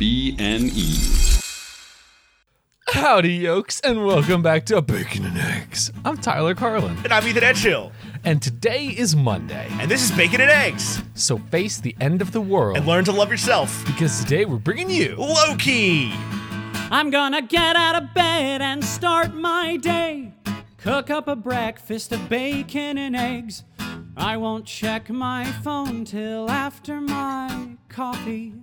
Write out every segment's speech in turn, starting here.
WBNE. Howdy, yokes, and welcome back to Bacon and Eggs. I'm Tyler Carlin, And I'm Ethan Edgehill. and today is Monday, And this is Bacon and Eggs. so face the end of the world And learn to love yourself. because today we're bringing you Loki. I'm gonna get out of bed and start my day. Cook up a breakfast of bacon and eggs. I won't check my phone till after my coffee.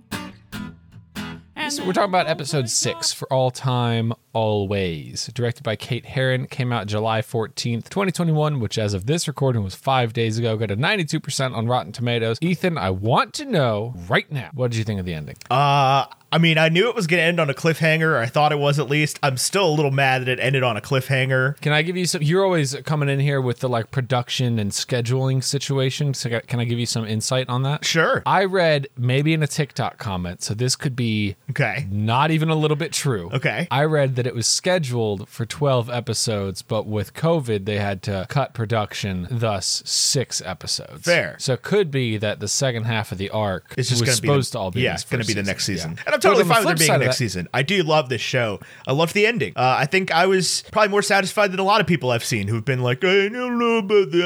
And So we're talking about episode six for all time, always, directed by Kate Herron. Came out July 14th, 2021, which as of this recording was five days ago. Got a 92% on Rotten Tomatoes. Ethan, I want to know right now, what did you think of the ending? Uh, I mean, I knew it was going to end on a cliffhanger. or I thought it was at least. I'm still a little mad that it ended on a cliffhanger. Can I give you some? You're always coming in here with the like production and scheduling situation. So ca- can I give you some insight on that? Sure. I read maybe in a TikTok comment, so this could be Okay. not even a little bit true. Okay. I read that it was scheduled for 12 episodes, but with COVID, they had to cut production, thus six episodes. Fair. So it could be that the second half of the arc It's just was going to be supposed to the, all be yeah, this going to first be the next season, Yeah. and I'm totally But on fine the flip with there being side a of next that- season. I do love this show. I loved the ending. Uh, I think I was probably more satisfied than a lot of people I've seen who've been like, I don't know about the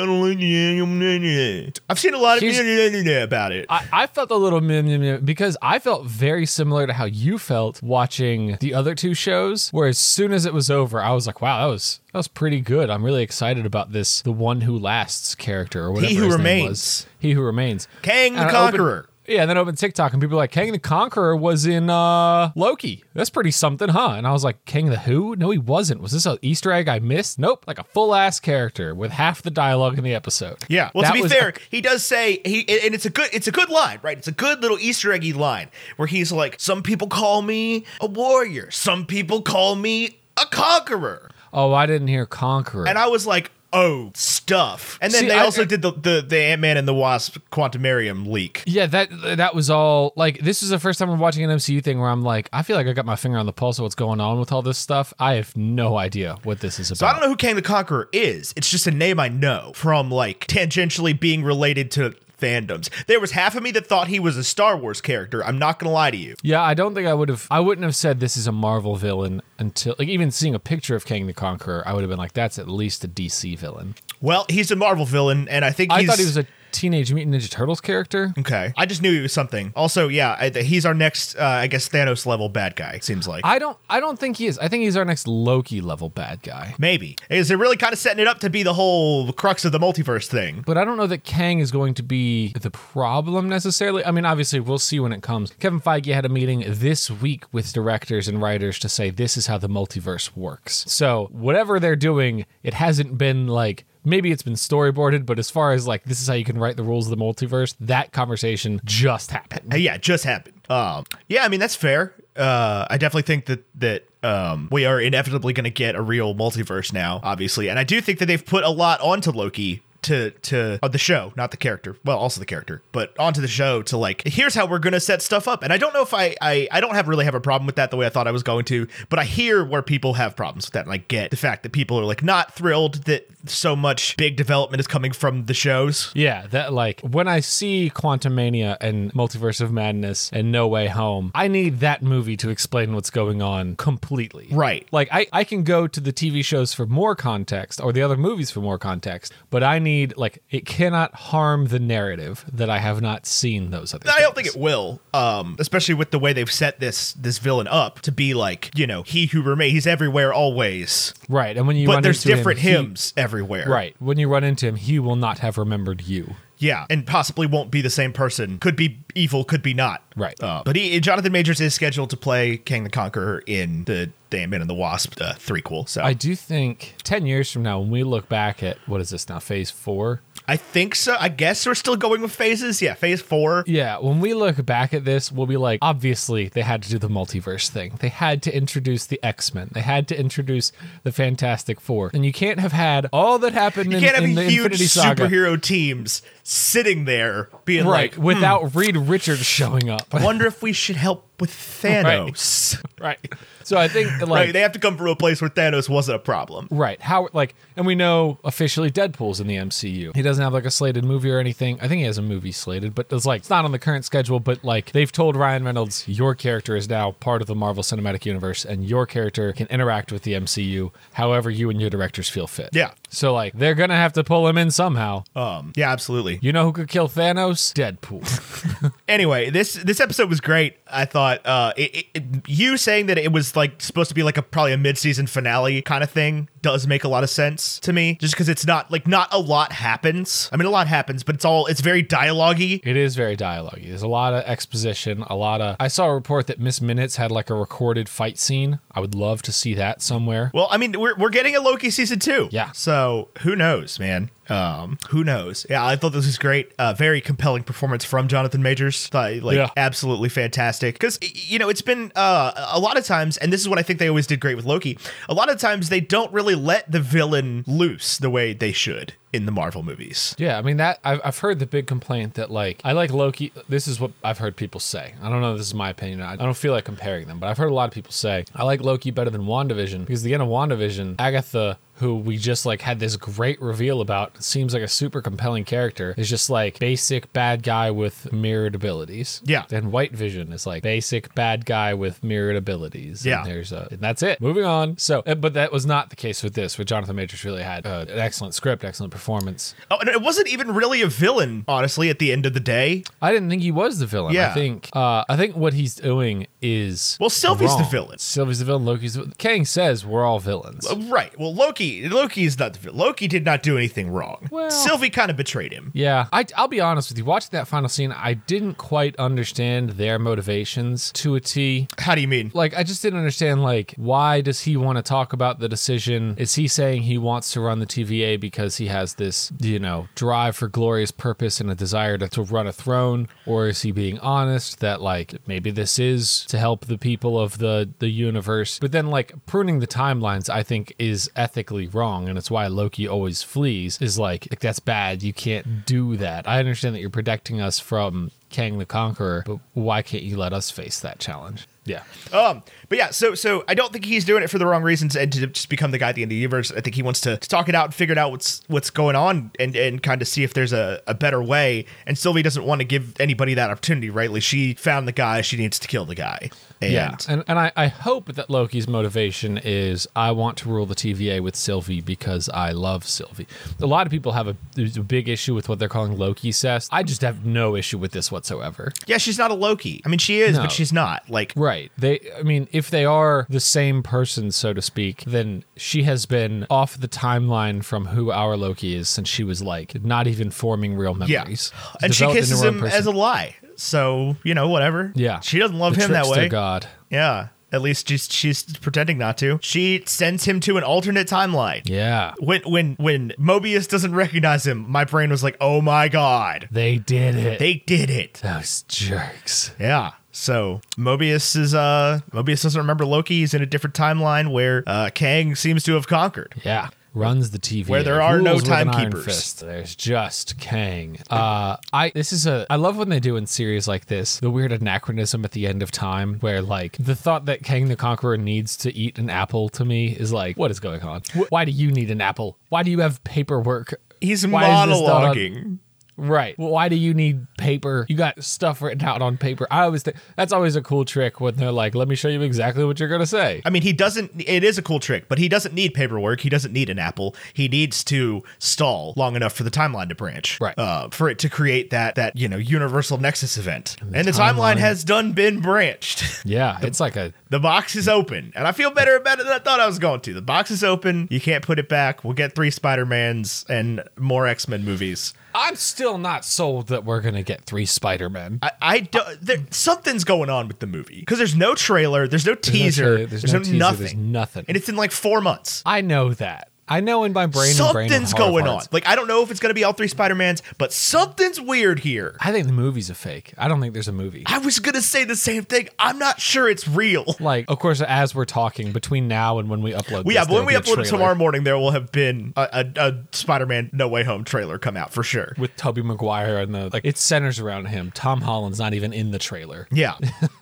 ending." I've seen a lot of about it. I, I felt a little meh, meh, meh, because I felt very similar to how you felt watching the other two shows. Where as soon as it was over, I was like, "Wow, that was that was pretty good." I'm really excited about this. The one who lasts character or whatever He Who his name Remains. was. He who remains. Kang the And I opened- Conqueror. yeah, and then I opened TikTok and people were like, Kang the Conqueror was in uh Loki. That's pretty something, huh? And I was like, Kang the Who? No, he wasn't. Was this an Easter egg I missed? Nope, like a full ass character with half the dialogue in the episode. Yeah. Well, That to be was fair, he does say he, and and it's a good, it's a good line, right? It's a good little Easter eggy line where he's like, "Some people call me a warrior, some people call me a conqueror," Oh, I didn't hear Conqueror. and I was like, "Oh, stuff." And then See, they I- also did the the, the Ant Man and the Wasp Quantumarium leak. Yeah, that that was all like this is the first time I'm watching an MCU thing where I'm like, I feel like I got my finger on the pulse of what's going on with all this stuff. I have no idea what this is about. So I don't know who Kang the Conqueror is. It's just a name I know from like tangentially being related to fandoms. There was half of me that thought he was a Star Wars character. I'm not gonna lie to you. yeah, I don't think I would have I wouldn't have said this is a Marvel villain until like even seeing a picture of Kang the Conqueror, I would have been like, that's at least a DC villain. Well, he's a Marvel villain, and I think I he's, thought he was a Teenage Mutant Ninja Turtles character. Okay. I just knew he was something. Also, yeah, I, he's our next, uh, I guess, Thanos level bad guy, it seems like. I don't I don't think he is. I think he's our next Loki level bad guy. Maybe. Is it really kind of setting it up to be the whole crux of the multiverse thing? But I don't know that Kang is going to be the problem necessarily. I mean, obviously, we'll see when it comes. Kevin Feige had a meeting this week with directors and writers to say this is how the multiverse works. So, whatever they're doing, it hasn't been like. Maybe it's been storyboarded, but as far as like this is how you can write the rules of the multiverse, that conversation just happened. Uh, yeah, it just happened. Um, yeah, I mean, that's fair. Uh, I definitely think that, that um, we are inevitably going to get a real multiverse now, obviously. And I do think that they've put a lot onto Loki. To, to uh, the show, not the character. Well, also the character, but onto the show to like, here's how we're gonna set stuff up. And I don't know if I, I I don't have really have a problem with that the way I thought I was going to, but I hear where people have problems with that, and I get the fact that people are like not thrilled that so much big development is coming from the shows. Yeah, that like when I see Quantum Mania and Multiverse of Madness and No Way Home, I need that movie to explain what's going on completely. Right. Like I, I can go to the TV shows for more context or the other movies for more context, but I need like it cannot harm the narrative that I have not seen those other. I don't think it will, um, especially with the way they've set this this villain up to be like you know he who remains he's everywhere always, Right, and when you but run there's into different him, he- hymns everywhere, right, when you run into him, he will not have remembered you. Yeah, and possibly won't be the same person. Could be evil, could be not. Right. Uh, but he, Jonathan Majors is scheduled to play King the Conqueror in the the Ant Man and the Wasp uh, threequel. So I do think ten years from now, when we look back at what is this now, Phase Four, I think so. I guess we're still going with phases. Yeah, phase four. Yeah, when we look back at this, we'll be like, obviously, they had to do the multiverse thing. They had to introduce the X Men. They had to introduce the Fantastic Four. And you can't have had all that happened You in, can't have in a the huge Infinity Saga. superhero teams sitting there being Right, like, hmm. without Reed Richards showing up. wonder if we should help with Thanos. right. So I think, like, Right, they have to come from a place where Thanos wasn't a problem. right, how, like, And we know officially Deadpool's in the MCU. He doesn't have like a slated movie or anything. I think he has a movie slated, but it's like it's not on the current schedule. But like they've told Ryan Reynolds, your character is now part of the Marvel Cinematic Universe, and your character can interact with the MCU however you and your directors feel fit. Yeah. So like they're gonna have to pull him in somehow. Um, yeah, absolutely. You know who could kill Thanos? Deadpool. Anyway, this this episode was great. I thought uh, it, it- it- you saying that it was like supposed to be like a probably a mid season finale kind of thing does make a lot of sense to me. Just because it's not like not a lot happens. I mean, a lot happens, but it's all it's very dialogue-y. it is very dialogue. There's a lot of exposition. A lot of. I saw a report that Miss Minutes had like a recorded fight scene. I would love to see that somewhere. Well, I mean, we're, we're getting a Loki season two. Yeah. So who knows, man? Um, who knows? Yeah, I thought this was great. Uh, very compelling performance from Jonathan Majors. Thought, like Yeah. absolutely fantastic. Because you know it's been uh, a lot of times, and this is what I think they always did great with Loki. A lot of times they don't really let the villain loose the way they should in the Marvel movies. Yeah, I mean that I've, I've heard the big complaint that like I like Loki. This is what I've heard people say. I don't know. if This is my opinion. I, I don't feel like comparing them, but I've heard a lot of people say I like Loki better than Wandavision because at the end of Wandavision, Agatha, who we just like had this great reveal about, seems like a super compelling character. Is just like basic bad guy with mirrored abilities. Yeah. Then White Vision is like basic bad guy with mirrored abilities. And Yeah. there's a and that's it. Moving on. So, uh, but that was not the case with this. With Jonathan Majors, really had uh, an excellent script, excellent performance. Oh, and it wasn't even really a villain, honestly. At the end of the day, I didn't think he was the villain. I Yeah. think uh, I think what he's doing is Well, Sylvie's the wrong. villain. Sylvie's the villain. Loki's the, Kang says we're all villains. Uh, Right. Well, Loki. Loki is not the villain. Loki did not do anything wrong. Well- Sylvie kind of betrayed him. yeah, I, I'll be honest with you. Watching that final scene, I didn't quite understand their motivations to a T. How do you mean? Like, I just didn't understand. Like, why does he want to talk about the decision? Is he saying he wants to run the TVA because he has this, you know, drive for glorious purpose and a desire to, to run a throne, or is he being honest that like maybe this is to help the people of the the universe? But then like pruning the timelines, I think is ethically wrong, and it's why Loki always flees. Is like, like that's bad. You can't do that. I understand that you're protecting us from. Kang the Conqueror, but why can't you let us face that challenge? Yeah. Um, but yeah, so so I don't think he's doing it for the wrong reasons and to just become the guy at the end of the universe. I think he wants to, to talk it out and figure it out what's what's going on and and kind of see if there's a, a better way. And Sylvie doesn't want to give anybody that opportunity, rightly. She found the guy, she needs to kill the guy. And Yeah, and and I, I hope that Loki's motivation is I want to rule the TVA with Sylvie because I love Sylvie. A lot of people have a, there's a big issue with what they're calling Loki cest. I just have no issue with this whatsoever. yeah, she's not a Loki. I mean she is, No. but she's not. Like Right. They I mean, if they are the same person, so to speak, then she has been off the timeline from who our Loki is since she was like not even forming real yeah. memories. And she Developed into kisses her own him person. as a lie. So, you know, whatever. Yeah. She doesn't love The him that trickster way. God. Yeah. At least she's she's pretending not to. She sends him to an alternate timeline. Yeah. when when when Mobius doesn't recognize him, my brain was like, "Oh my god, They did it. they did it!" Those jerks. Yeah. So Mobius is uh Mobius doesn't remember Loki. He's in a different timeline where uh, Kang seems to have conquered. Yeah. Runs the TV Where there are no timekeepers. There's just Kang. Uh, I this is a I love when they do in series like this the weird anachronism at the end of time where like the thought that Kang the Conqueror needs to eat an apple to me is like what is going on? Wh- Why do you need an apple? Why do you have paperwork? He's Why is this done on- monologuing. Right. Well, why do you need paper? You got stuff written out on paper. I always think that's always a cool trick when they're like, let me show you exactly what you're gonna say. I mean, he doesn't. It is a cool trick, but he doesn't need paperwork. He doesn't need an apple. He needs to stall long enough for the timeline to branch, Right. Uh, for it to create that that you know universal nexus event, and the, timeline timeline- has done been branched. Yeah, it's like a The box is open, and I feel better about it than I thought I was going to. The box is open. You can't put it back. We'll get three Spider Mans and more X Men movies. I'm still not sold that we're gonna get three Spider Men. I, I don't. There, something's going on with the movie because there's no trailer, there's no teaser, trailer, there's, there's no no, teaser, nothing, there's nothing. and it's in like four months. I know that. I know in my brain and brain and something's heart of going on. hearts. Like I don't know if it's gonna be all three Spider Mans, but something's weird here. I think the movie's a fake. I don't think there's a movie. I was gonna say the same thing. I'm not sure it's real. Like, of course, as we're talking between now and when we upload, Well, this, yeah, but there'll when we be a upload it trailer tomorrow morning, there will have been a, a, a Spider Man No Way Home trailer come out for sure. with Tobey Maguire and the like, it centers around him. Tom Holland's not even in the trailer. Yeah.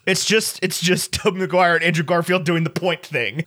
it's just it's just Tobey Maguire and Andrew Garfield doing the point thing.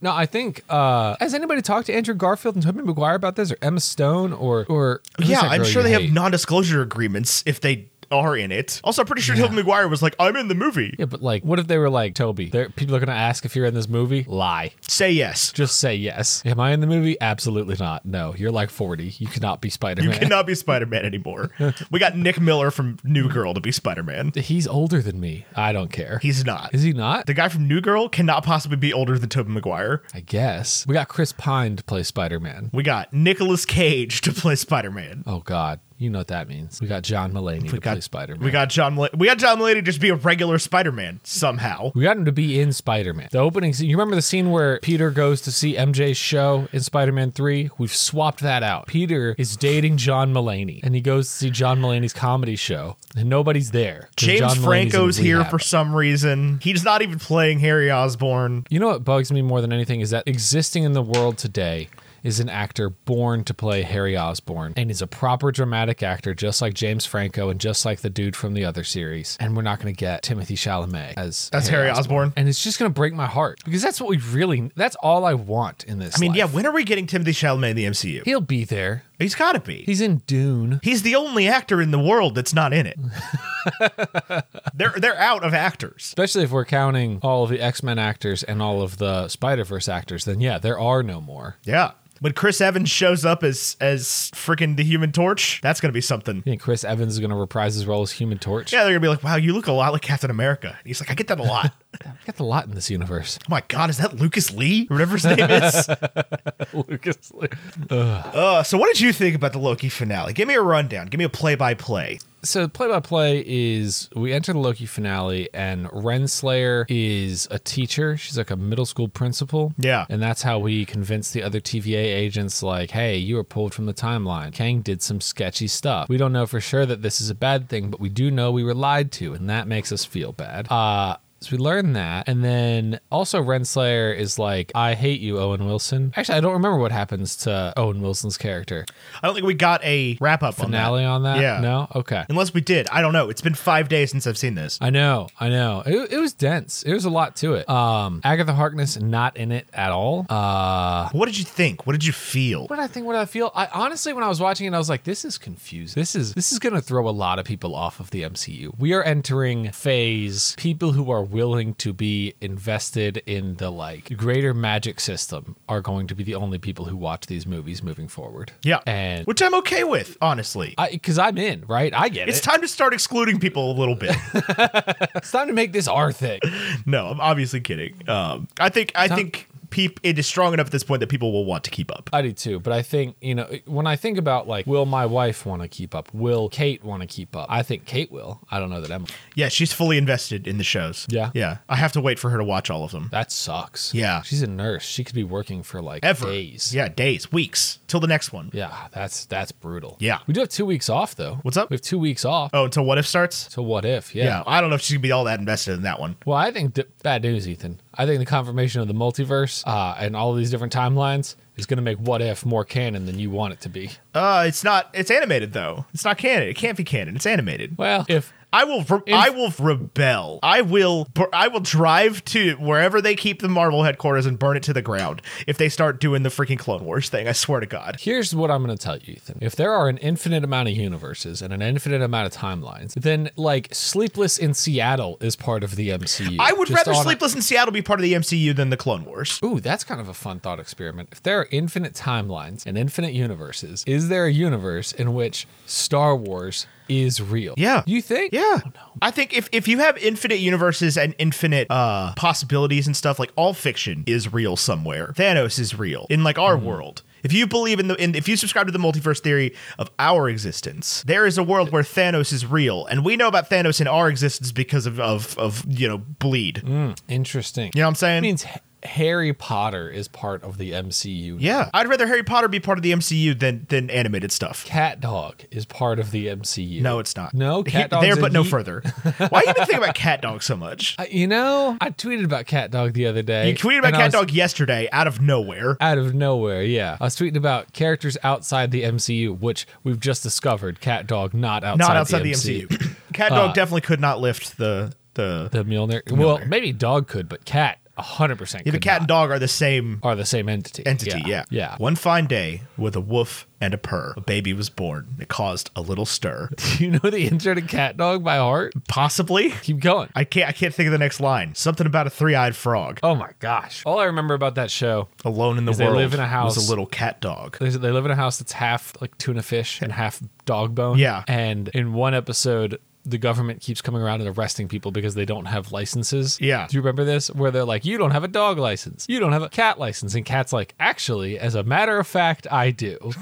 No, I think uh has anybody talked to Andrew Garfield and Tobey Maguire about this, or Emma Stone, or or who's yeah, that I'm girl sure you they hate? have non-disclosure agreements if they are in it. Also, I'm pretty sure Tobey Maguire was like, "I'm in the movie." Yeah, but like, what if they were like Toby? There, people are gonna ask if you're in this movie. Lie. Say yes. Just say yes. Am I in the movie? Absolutely not. No, you're like 40. You cannot be Spider You Man. cannot be Spider-Man anymore. we got Nick Miller from New Girl to be Spider-Man. He's older than me. I don't care. He's not. Is he not? The guy from New Girl cannot possibly be older than Tobey Maguire. I guess. We got Chris Pine to play Spider Man. We got Nicolas Cage to play Spider-Man. Oh God, you know what that means. We got John Mulaney to play Spider Man. We got John. Mul- we got John Mulaney to just be a regular Spider-Man somehow. We got him to be in Spider Man. The opening scene, you remember the scene where Peter goes to see MJ's show in Spider Man 3? We've swapped that out. Peter is dating John Mulaney, and he goes to see John Mulaney's comedy show, and nobody's there. 'cause James John Mulaney's Franco's in here rehab. for some reason. He's not even playing Harry Osborn. You know what bugs me more than anything is that existing in the world today is an actor born to play Harry Osborn and is a proper dramatic actor, just like James Franco and just like the dude from the other series. And we're not going to get Timothy Chalamet as That's Harry Osborn. and it's just going to break my heart because that's what we really that's all I want in this. I mean, life. yeah. When are we getting Timothy Chalamet in the MCU? he'll be there. He's got to be. He's in Dune. He's the only actor in the world that's not in it. they're they're out of actors. Especially if we're counting all of the X Men actors and all of the Spider Verse actors, then yeah, there are no more. Yeah. When Chris Evans shows up as as freaking the Human Torch, that's gonna be something. You think Chris Evans is going to reprise his role as Human Torch? Yeah, they're gonna be like, "Wow, you look a lot like Captain America." And he's like, "I get that a lot." oh we got a lot in this universe. my god, is that Lucas Lee or whatever his name is? Lucas Lee. uh, so, what did you think about the Loki finale? Give me a rundown. Give me a play by play. So play by play is we enter the Loki finale and Renslayer is a teacher. She's like a middle school principal. Yeah. And that's how we convince the other TVA agents like, hey, you were pulled from the timeline. Kang did some sketchy stuff. We don't know for sure that this is a bad thing, but we do know we were lied to, and that makes us feel bad. Uh so we learn that, and then also Renslayer is like, "I hate you, Owen Wilson." Actually, I don't remember what happens to Owen Wilson's character. I don't think we got a wrap up Finale on that? Yeah. No. Okay. Unless we did, I don't know. It's been five days since I've seen this. I know, I know. It, it was dense. It was a lot to it. Um, Agatha Harkness not in it at all. Uh, What did you think? What did you feel? what did I think? What did I feel? I honestly, when I was watching it, I was like, "This is confusing. This is this is going to throw a lot of people off of the MCU. We are entering phase people who are willing to be invested in the like greater magic system are going to be the only people who watch these movies moving forward. Yeah, and which I'm okay with, honestly. I because I'm in, right? I get it's it. time to start excluding people a little bit. it's time to make this our thing. no, I'm obviously kidding. Um, I think I think peep it is strong enough at this point that people will want to keep up. I do too, but I think you know when I think about like, will my wife want to keep up? Will Kate want to keep up? I think Kate will. I don't know that Emma. Yeah, she's fully invested in the shows. Yeah. yeah. I have to wait for her to watch all of them. That sucks. Yeah. she's a nurse. She could be working for like Ever days. Yeah, days, weeks till the next one. yeah, that's that's brutal. Yeah. we do have two weeks off though. What's up? We have two weeks off. Oh, until what if starts? So what if? Yeah. Yeah. I don't know if she's gonna be all that invested in that one. Well, I think th- bad news, Ethan. I think the confirmation of the multiverse uh, and all of these different timelines is going to make what if more canon than you want it to be. Uh, it's not. It's animated though. It's not canon. It can't be canon. It's animated. Well, if I will. Re- I will rebel. I will. bur- I will drive to wherever they keep the Marvel headquarters and burn it to the ground if they start doing the freaking Clone Wars thing. I swear to God. Here's what I'm going to tell you, Ethan. If there are an infinite amount of universes and an infinite amount of timelines, then like Sleepless in Seattle is part of the MCU. I would Just rather on a- Sleepless in Seattle be part of the MCU than the Clone Wars. Ooh, that's kind of a fun thought experiment. If there are infinite timelines and infinite universes, is there a universe in which Star Wars is real? Yeah. You think? Oh, Yeah. I think if, if you have infinite universes and infinite uh, possibilities and stuff, like all fiction is real somewhere. Thanos is real in like Mm-hmm. our world. If you believe in the in, if you subscribe to the multiverse theory of our existence, there is a world where Thanos is real, and we know about Thanos in our existence because of of, of you know bleed. Mm. Interesting. You know what I'm saying? That means H- Harry Potter is part of the MCU. yeah, I'd rather Harry Potter be part of the MCU than than animated stuff. Cat Dog is part of the MCU. No, it's not. No, He- Cat Dog's there, a but no he- further. Why you even think about Cat Dog so much? I- you know, I tweeted about Cat Dog the other day. You tweeted about and I Cat was- Dog yesterday out of nowhere. out of nowhere. Yeah, I was tweeting about characters outside the MCU, which we've just discovered. Cat Dog not outside, not outside the, the MCU. MCU. Uh, Cat Dog definitely could not lift the the. The Mjolnir. Well, maybe Dog could, but Cat hundred percent. Yeah, but cat and dog are the same are the same entity. entity. Yeah. yeah. One fine day, with a woof and a purr, a baby was born. It caused a little stir. Do you know the intro to Cat Dog by heart? Possibly. Keep going. I can't. I can't think of the next line. Something about a three-eyed frog Oh my gosh! All I remember about that show alone in the Is they world. live in a Was house. a little cat dog. They they live in a house that's half like tuna fish and half dog bone. Yeah. And in one episode, the government keeps coming around and arresting people because they don't have licenses. Yeah. Do you remember this? Where they're like, you don't have a dog license. You don't have a cat license. And Cat's like, actually, as a matter of fact, I do.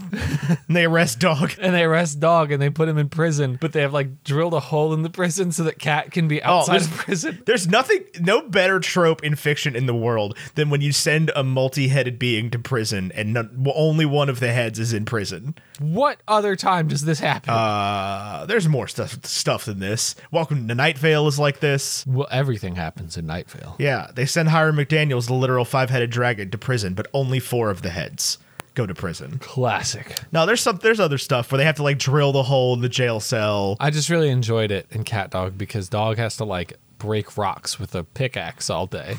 And they arrest dog. And they arrest Dog and they put him in prison, but they have like drilled a hole in the prison so that Cat can be outside there's- of prison. There's nothing, no better trope in fiction in the world than when you send a multi-headed being to prison and none, only one of the heads is in prison. What other time does this happen? Uh, there's more stuff stuff than this. Welcome to Night Vale is like this. well, everything happens in Night Vale. Yeah, they send Hiram McDaniel's the literal five-headed dragon to prison, but only four of the heads go to prison. Classic. No, there's some there's other stuff where they have to like drill the hole in the jail cell. I just really enjoyed it in Cat Dog because Dog has to like break rocks with a pickaxe all day.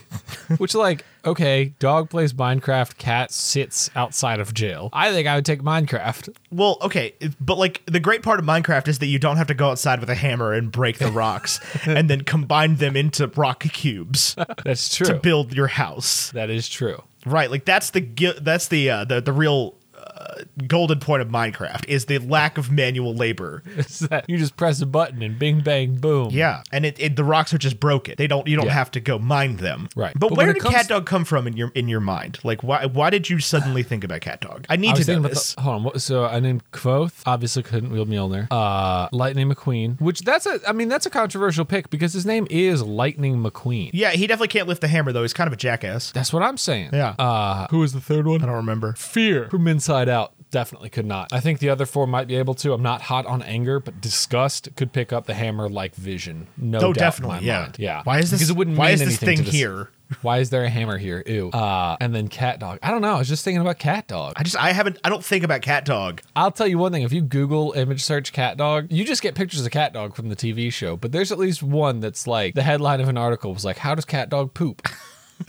Which like, okay, Dog plays Minecraft, Cat sits outside of jail. I think I would take Minecraft. Well, okay, it- but like the great part of Minecraft is that you don't have to go outside with a hammer and break the rocks and then combine them into rock cubes. That's true. build your house. that is true. Right, like that's the gui- that's the uh, the the real uh, golden point of Minecraft is the lack of manual labor. It's that you just press a button and bing bang boom. Yeah, and it, it the rocks are just broken. They don't you don't Yeah. have to go mine them. Right. But, But when where it did comes- cat dog come from in your in your mind? Like why why did you suddenly think about cat dog? I I need was to thinking know about this. the, uh, hold on. What, so I named Quoth. Obviously couldn't wield Mjolnir. Uh, Lightning McQueen, which that's a I mean that's a controversial pick because his name is Lightning McQueen. yeah, he definitely can't lift the hammer though. He's kind of a jackass. That's what I'm saying. Yeah. Uh, who was the third one? I don't remember. Fear from Inside Out definitely could not. I think the other four might be able to. I'm not hot on anger, but disgust could pick up the hammer like vision. No, Oh, doubt in definitely. my yeah. mind. Yeah. Why is this? Because it wouldn't why mean is this anything thing to this- here? Why is there a hammer here? Ew. Uh, and then cat dog. I don't know. I was just thinking about cat dog. I just I haven't I don't think about cat dog. I'll tell you one thing. If you Google image search cat dog, you just get pictures of cat dog from the TV show. But there's at least one that's like the headline of an article was like, "How does cat dog poop?"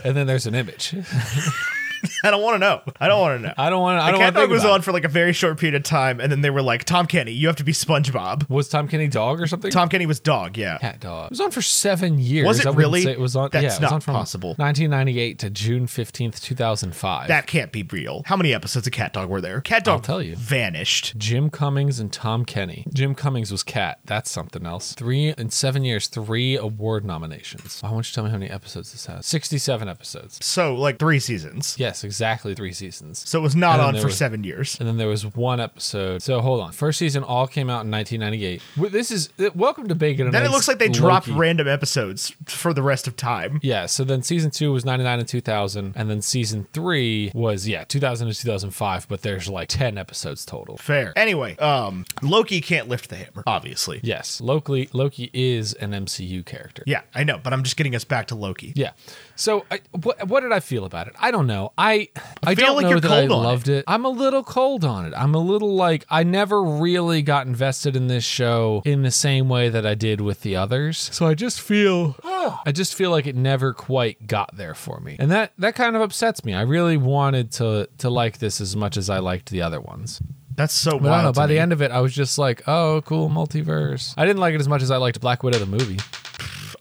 and then there's an image. I don't want to know. I don't want to know. I don't want. to I don't cat want to dog think was about on it. for like a very short period of time, and then they were like, Tom Kenny, you have to be SpongeBob. Was Tom Kenny dog or something? Tom Kenny was dog, yeah. Cat Dog. It was on for seven years. Was it I wouldn't really? say It was on. That's yeah, it was not on from possible. 1998 to June 15th, 2005. That can't be real. How many episodes of Cat Dog were there? Cat Dog I'll tell you. vanished. Jim Cummings and Tom Kenny. Jim Cummings was Cat. That's something else. Three in seven years, three award nominations. Why won't you tell me how many episodes this has? 67 episodes. So like three seasons. Yes, exactly three seasons. So it was not And then on there for was- seven years. And then there was one episode. So hold on. First season all came out in 1998. Wh- This is uh, welcome to Bacon. And Then it Eggs, looks like they dropped Loki. random episodes for the rest of time. Yeah, so then season two was 99 and 2000, and then season three was, yeah, 2000 and 2005, but there's like 10 episodes total. Fair. Anyway, um, Loki can't lift the hammer, obviously. Yes, Loki, Loki is an MCU character. Yeah, I know, but I'm just getting us back to Loki. Yeah. So I, what, what did I feel about it? I don't know. I I, feel don't like know you're that I cold on loved it. I'm a little cold on it. I'm a little like I never really got invested in this show in the same way that I did with the others. So I just feel I just feel like it never quite got there for me. And that that kind of upsets me. I really wanted to to like this as much as I liked the other ones. That's so But I wild. don't know, to by me. the end of it I was just like, "Oh, cool, multiverse." I didn't like it as much as I liked Black Widow the movie.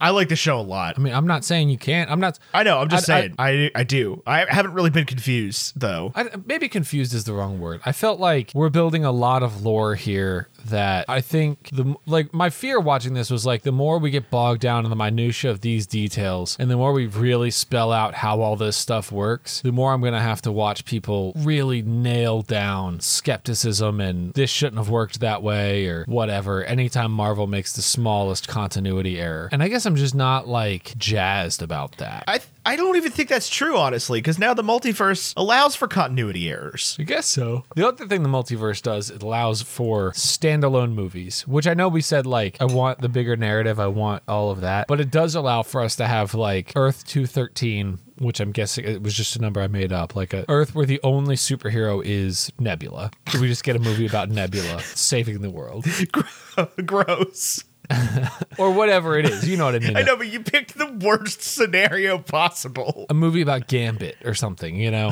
I like the show a lot. I mean, I'm not saying you can't. I'm not I know. I'm just I- I- saying. I, I do. I haven't really been confused though. I, maybe confused is the wrong word. I felt like we're building a lot of lore here that I think the like my fear watching this was like the more we get bogged down in the minutia of these details and the more we really spell out how all this stuff works, the more I'm going to have to watch people really nail down skepticism and this shouldn't have worked that way or whatever anytime Marvel makes the smallest continuity error. And I guess I'm just not like jazzed about that. I I don't even think that's true, honestly, because now the multiverse allows for continuity errors. I guess so. The other thing the multiverse does, it allows for standalone movies, which I know we said, like, I want the bigger narrative, I want all of that, but it does allow for us to have, like, Earth 213. Which I'm guessing it was just a number I made up, like a Earth where the only superhero is Nebula. We just get a movie about Nebula saving the world. Gross. or whatever it is. You know what I mean? I know, but you picked the worst scenario possible. A movie about Gambit or something, you know?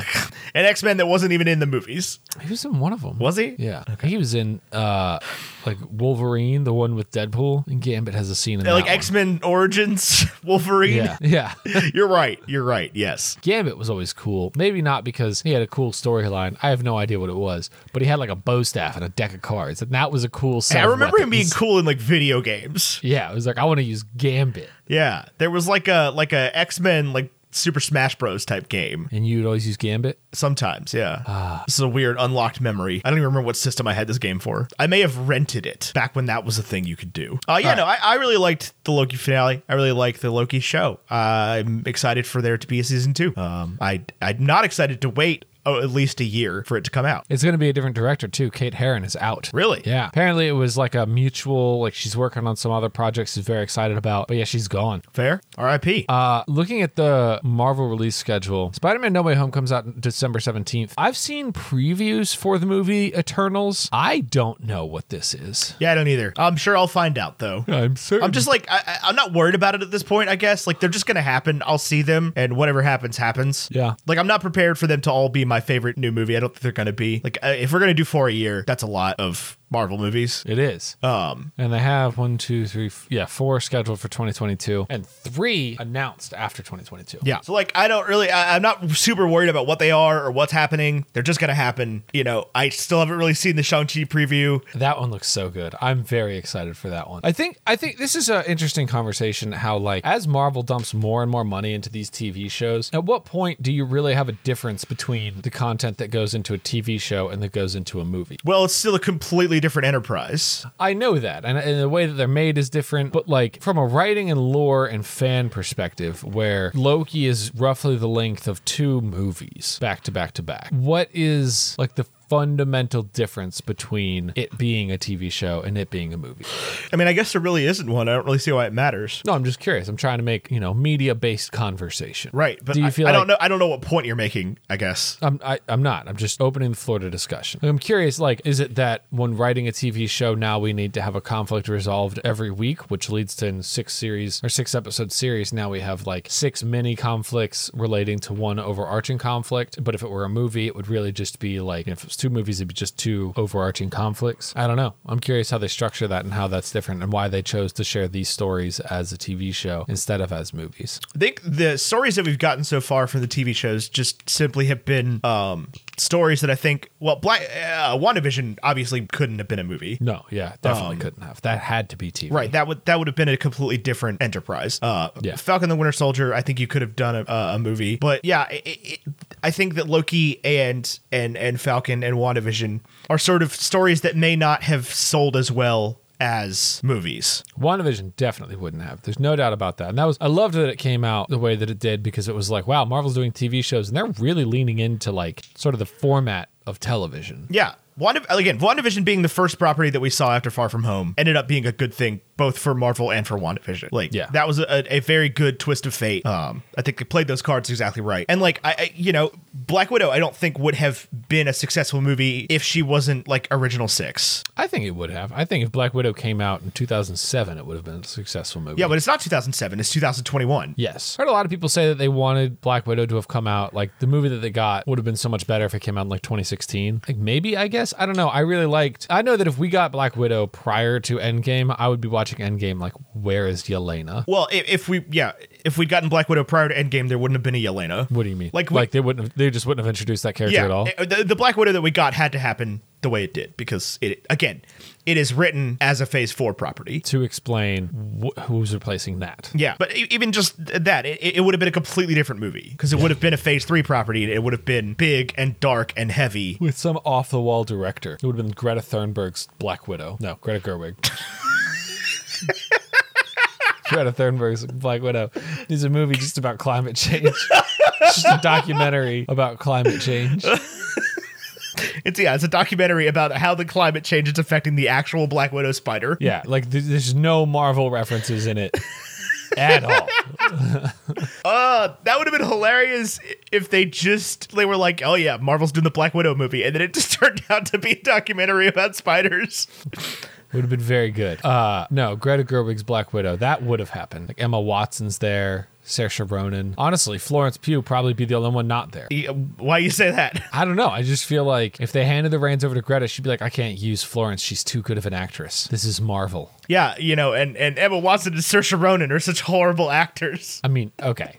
An X Men that wasn't even in the movies. He was in one of them. Was he? Yeah. He was in uh like Wolverine, the one with Deadpool, and Gambit has a scene in Like that one. X Men Origins Wolverine. Yeah. Yeah. You're right. You're right. Yes. Gambit was always cool. Maybe not because he had a cool storyline. I have no idea what it was, but he had like a bow staff and a deck of cards, and that was a cool. Set I of remember him being weapons. cool in like video games. Yeah, it was like I want to use Gambit, Yeah. There was like a like a X Men like Super Smash Bros type game. and you would always use Gambit. Sometimes, yeah. this is a weird unlocked memory. I don't even remember what system I had this game for. I may have rented it back when that was a thing you could do. Oh, yeah, All no, I, I really liked the Loki finale. I really liked the Loki show. I'm excited for there to be a season two. Um, I, I'm not excited to wait oh, at least a year for it to come out. It's going to be a different director too. Kate Herron is out. Really? Yeah. Apparently, it was like a mutual. Like she's working on some other projects. She's very excited about, but yeah, she's gone. Fair? RIP. Uh, looking at the Marvel release schedule, Spider Man No Way Home comes out December 17th. I've seen previews for the movie Eternals. I don't know what this is. yeah, I don't either. I'm sure I'll find out, though. I'm certain. I'm just like, I, I- I'm not worried about it at this point, I guess. Like, they're just going to happen. I'll see them, and whatever happens, happens. Yeah. Like, I'm not prepared for them to all be my favorite new movie. I don't think they're going to be. Like, uh, if we're going to do four a year, that's a lot of Marvel movies. It is. Um, And they have one, two, three, f- yeah, four scheduled for 2022 and three announced after 2022. yeah. So, like, I don't really, I, I'm not super worried about what they are or what's happening. They're just going to happen. You know, I still haven't really seen the Shang-Chi preview. That one looks so good. I'm very excited for that one. I think I think this is an interesting conversation how like as Marvel dumps more and more money into these TV shows, at what point do you really have a difference between the content that goes into a TV show and that goes into a movie? Well, it's still a completely different enterprise. I know that, and, and the way that they're made is different. But like from a writing and lore and fan perspective, where Loki is roughly the length of two movies back to back to back, what is like the fundamental difference between it being a TV show and it being a movie? I mean, I guess there really isn't one. I don't really see why it matters. No, I'm just curious. I'm trying to make you know media based conversation. Right, but Do you I, feel I like- don't know. I don't know what point you're making. I guess I'm I, I'm not. I'm just opening the floor to discussion. I'm curious. Like, is it that when writing a TV show now we need to have a conflict resolved every week, which leads to in six series or six episode series now we have like six mini conflicts relating to one overarching conflict. But if it were a movie, it would really just be like if it's two movies, it'd be just two overarching conflicts. I don't know. I'm curious how they structure that and how that's different and why they chose to share these stories as a TV show instead of as movies. I think the stories that we've gotten so far from the TV shows just simply have been um, stories that I think, well, Black uh, WandaVision obviously couldn't have been a movie. No, yeah, definitely couldn't have. That had to be TV. Right, that would that would have been a completely different enterprise. Uh, Yeah. Falcon the Winter Soldier, I think you could have done a, a movie, but yeah, i i I think that Loki and and and Falcon and WandaVision are sort of stories that may not have sold as well as movies. WandaVision definitely wouldn't have. There's no doubt about that. And that was I loved that it came out the way that it did because it was like, wow, Marvel's doing TV shows and they're really leaning into like sort of the format of television. Yeah. Wanda, again, WandaVision being the first property that we saw after Far From Home ended up being a good thing both for Marvel and for WandaVision. Like, Yeah. that was a, a very good twist of fate. Um, I think they played those cards exactly right. And, like, I, I, you know, Black Widow, I don't think would have been a successful movie if she wasn't, like, Original Six. I think it would have. I think if Black Widow came out in 2007, it would have been a successful movie. Yeah, but it's not 2007, it's 2021. Yes. Heard a lot of people say that they wanted Black Widow to have come out. Like the movie that they got would have been so much better if it came out in like 2016. Like maybe, I guess. I don't know. I really liked I know that if we got Black Widow prior to Endgame, I would be watching Endgame like, where is Yelena? Well, if, if we, yeah, if we'd gotten Black Widow prior to Endgame, there wouldn't have been a Yelena. What do you mean? Like, we- like they wouldn't have, they just wouldn't have introduced that character yeah, at all. uh, The, the Black Widow that we got had to happen the way it did because it again, it is written as a Phase Four property. to explain wh- who's replacing that. Yeah, but e- even just th- that, it, it would have been a completely different movie because it would have been a Phase Three property. And it would have been big and dark and heavy. With some off the wall director. It would have been Greta Thunberg's Black Widow. No, Greta Gerwig. Greta Thunberg's Black Widow is a movie just about climate change. It's just a documentary about climate change. It's yeah, it's a documentary about how the climate change is affecting the actual Black Widow spider. Yeah, like th- there's no Marvel references in it at all. That would have been hilarious i- if they just they were like, oh yeah, Marvel's doing the Black Widow movie, and then it just turned out to be a documentary about spiders. Would have been very good. Uh, no, Greta Gerwig's Black Widow. That would have happened. Like Emma Watson's there. Saoirse Ronan. Honestly, Florence Pugh probably be the only one not there. E- Why you say that? I don't know. I just feel like if they handed the reins over to Greta, she'd be like, I can't use Florence. She's too good of an actress. This is Marvel. Yeah, you know, and, and Emma Watson and Saoirse Ronan are such horrible actors. I mean, okay.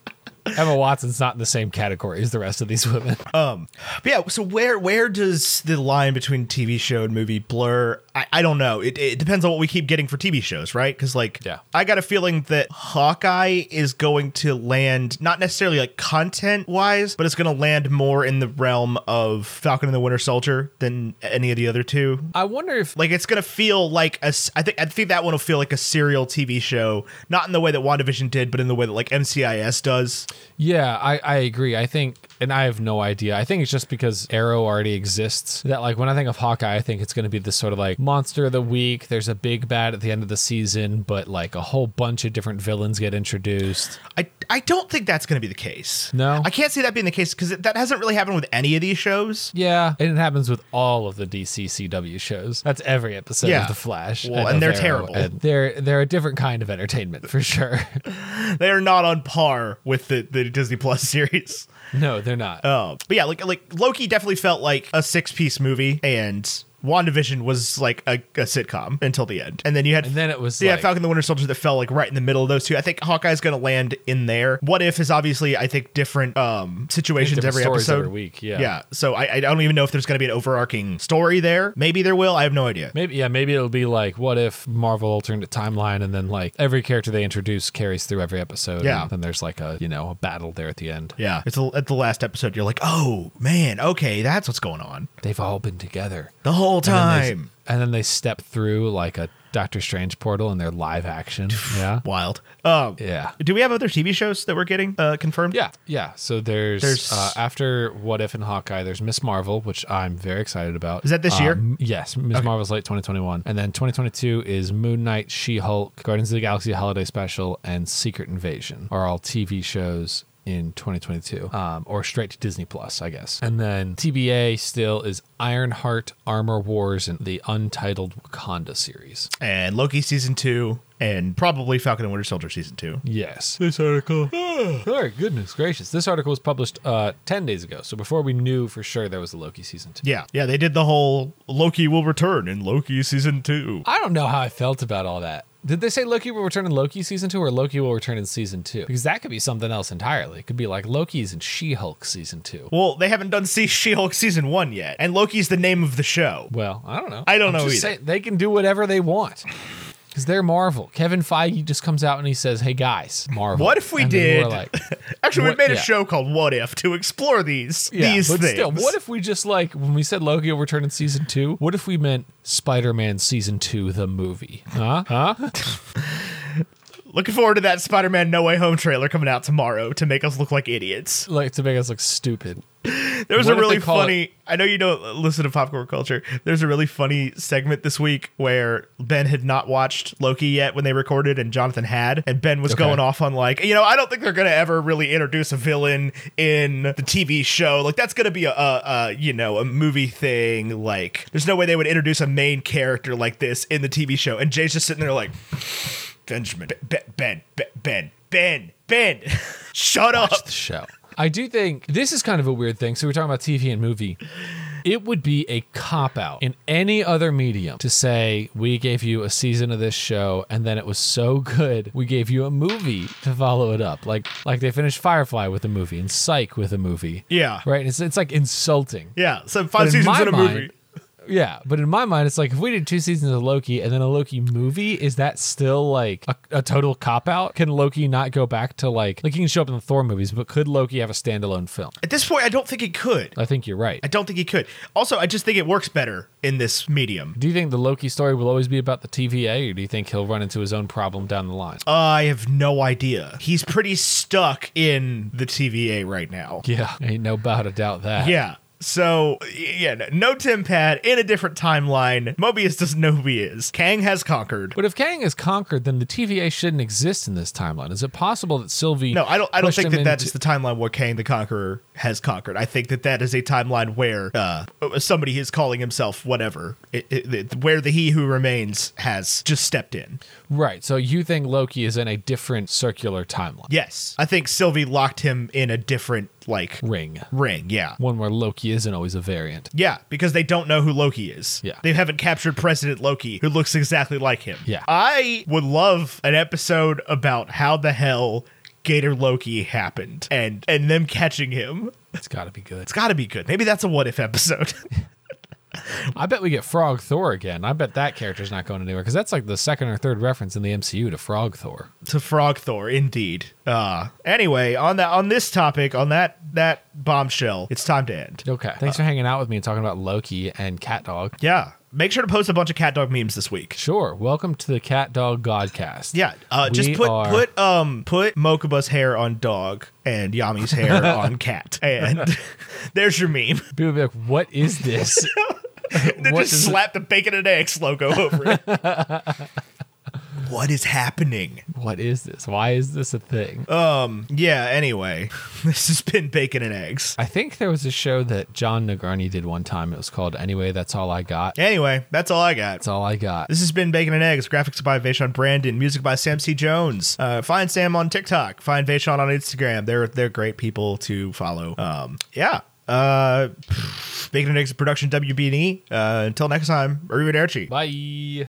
Emma Watson's not in the same category as the rest of these women. But yeah, so where where does the line between TV show and movie blur? I, I don't know. It, it depends on what we keep getting for TV shows, right? Because like, Yeah. I got a feeling that Hawkeye is going to land not necessarily like content wise, but it's going to land more in the realm of Falcon and the Winter Soldier than any of the other two. I wonder if Like it's gonna feel like a. s- I think I think that one will feel like a serial TV show, not in the way that WandaVision did, but in the way that like MCIS does. Yeah, I, I agree. I think, and I have no idea. I think it's just because Arrow already exists that, like, when I think of Hawkeye, I think it's going to be this sort of like monster of the week. There's a big bad at the end of the season, but like a whole bunch of different villains get introduced. I, I don't think that's going to be the case. No? I can't see that being the case because that hasn't really happened with any of these shows. Yeah, and it happens with all of the DCCW shows. That's every episode Yeah. of The Flash. Well, and of they're Arrow, terrible. and they're they're a different kind of entertainment for sure. They are not on par with the, the Disney Plus series. no, they're not. Um, but yeah, like like Loki definitely felt like a six piece movie, and WandaVision was like a, a sitcom until the end, and then you had And then it was yeah like- Falcon and the Winter Soldier that fell like right in the middle of those two. I think Hawkeye's going to land in there. What if is obviously I think different um situations Different every stories episode every week. Yeah. Yeah, so I, I don't even know if there's going to be an overarching story there. Maybe there will. I have no idea. Maybe yeah, maybe it'll be like what if Marvel alternate timeline and then like every character they introduce carries through every episode. Yeah. And then there's like a you know, a battle there at the end. Yeah, it's the- at the last episode. You're like, oh man, okay, that's what's going on They've all been together. the whole And then they- time. And then they step through like a Doctor Strange portal and they're live action. Yeah. Wild. Um, Yeah. Do we have other TV shows that we're getting uh, confirmed? Yeah, yeah. So there's, There's- uh, after What If and Hawkeye, there's Miss Marvel, which I'm very excited about. Um, Is that this year? Yes, Miss Marvel's late 2021, and then 2022 is Moon Knight, She Hulk, Guardians of the Galaxy Holiday Special, and Secret Invasion are all TV shows in 2022, um, or straight to Disney Plus, I guess. And then TBA still is Ironheart, Armor Wars, and the Untitled Wakanda series. And Loki season two, and probably Falcon and Winter Soldier season two. Yes. This article. oh, goodness gracious. This article was published uh, 10 days ago. So before we knew for sure there was a Loki season two. Yeah, yeah, they did the whole Loki will return in Loki season two. I don't know how I felt about all that. Did they say Loki will return in Loki season two or Loki will return in season two? Because that could be something else entirely. It could be like Loki's in She Hulk season two. Well, they haven't done See She Hulk season one yet, and Loki's the name of the show. Well, I don't know. I don't I'm know just either. saying, they can do whatever they want. Because they're Marvel. Kevin Feige just comes out and he says, hey guys, Marvel. What if we And then did? we're like, Actually, What- we made a yeah. show called What If to explore these these but things. Still, what if we just like when we said Loki will return in season two? What if we meant Spider-Man season two, the movie? Huh? Huh? Looking forward to that Spider Man No Way Home trailer coming out tomorrow to make us look like idiots. like to make us look stupid. There was What a if they really call funny, I know you don't listen to popcorn culture. There's a really funny segment this week where Ben had not watched Loki yet when they recorded and Jonathan had. And Ben was Okay. going off on, like, you know, I don't think they're going to ever really introduce a villain in the TV show. Like, that's going to be a, a, a, you know, a movie thing. Like, there's no way they would introduce a main character like this in the TV show. And Jay's just sitting there, like, Benjamin, Ben, Ben, Ben, Ben, Ben, Ben. Shut Watch up. the show. I do think this is kind of a weird thing. So we're talking about TV and movie. It would be a cop out in any other medium to say we gave you a season of this show and then it was so good we gave you a movie to follow it up. Like like they finished Firefly with a movie and Psych with a movie. Yeah. Right? It's it's like insulting. Yeah. So But five seasons my in a mind- movie. Yeah, but in my mind, it's like if we did two seasons of Loki and then a Loki movie, is that still like a, a total cop out? Can Loki not go back to like like he can show up in the Thor movies, but could Loki have a standalone film? At this point, I don't think it could. I think you're right. I don't think he could. Also, I just think it works better in this medium. Do you think the Loki story will always be about the TVA, or do you think he'll run into his own problem down the line? I have no idea. He's pretty stuck in the TVA right now. yeah, ain't no about a doubt that. Yeah. So, y- yeah, no- no Tim Pad in a different timeline. Mobius doesn't know who he is. Kang has conquered. But if Kang is conquered, then the TVA shouldn't exist in this timeline. Is it possible that Sylvie? No, I don't. I don't pushed think him that that into- is the timeline where Kang the Conqueror has conquered. I think that that is a timeline where uh, somebody is calling himself whatever, it, it- it- where the He Who Remains has just stepped in. right. So you think Loki is in a different circular timeline Yes, I think Sylvie locked him in a different like ring, ring. Yeah, one where Loki isn't always a variant. yeah, because they don't know who Loki is. Yeah. they haven't captured President Loki, who looks exactly like him. Yeah. I would love an episode about how the hell. Gator Loki happened and and them catching him. It's got to be good. It's got to be good. Maybe that's a what if episode. I bet we get Frog Thor again. I bet that character's not going anywhere because that's like the second or third reference in the MCU to Frog Thor. to Frog Thor, indeed. Uh anyway, on that on this topic, on that that bombshell, it's time to end. Okay. Thanks for hanging out with me and talking about Loki and Cat Dog. Yeah. Make sure to post a bunch of cat dog memes this week. Sure. Welcome to the Cat Dog Godcast. Yeah. Uh just We put are- put um put Mokuba's hair on dog and Yami's hair on cat. And there's your meme. People be like, what is this? Then What just does it- slap the bacon and eggs logo over it. what is happening? what is this? Why is this a thing? Uh, Yeah, anyway. This has been bacon and eggs. I think there was a show that John Nagarni did one time. It was called Anyway, That's All I Got. Anyway, that's all I got. That's all I got. This has been Bacon and Eggs, graphics by Vaishon Brandon, music by Sam C. Jones. Uh, find Sam on TikTok, find Vaishon on Instagram. They're they're great people to follow. Um, yeah. E. Uh, Bacon and Eggs is a production WB&E. Uh, until next time, arrivederci. Bye.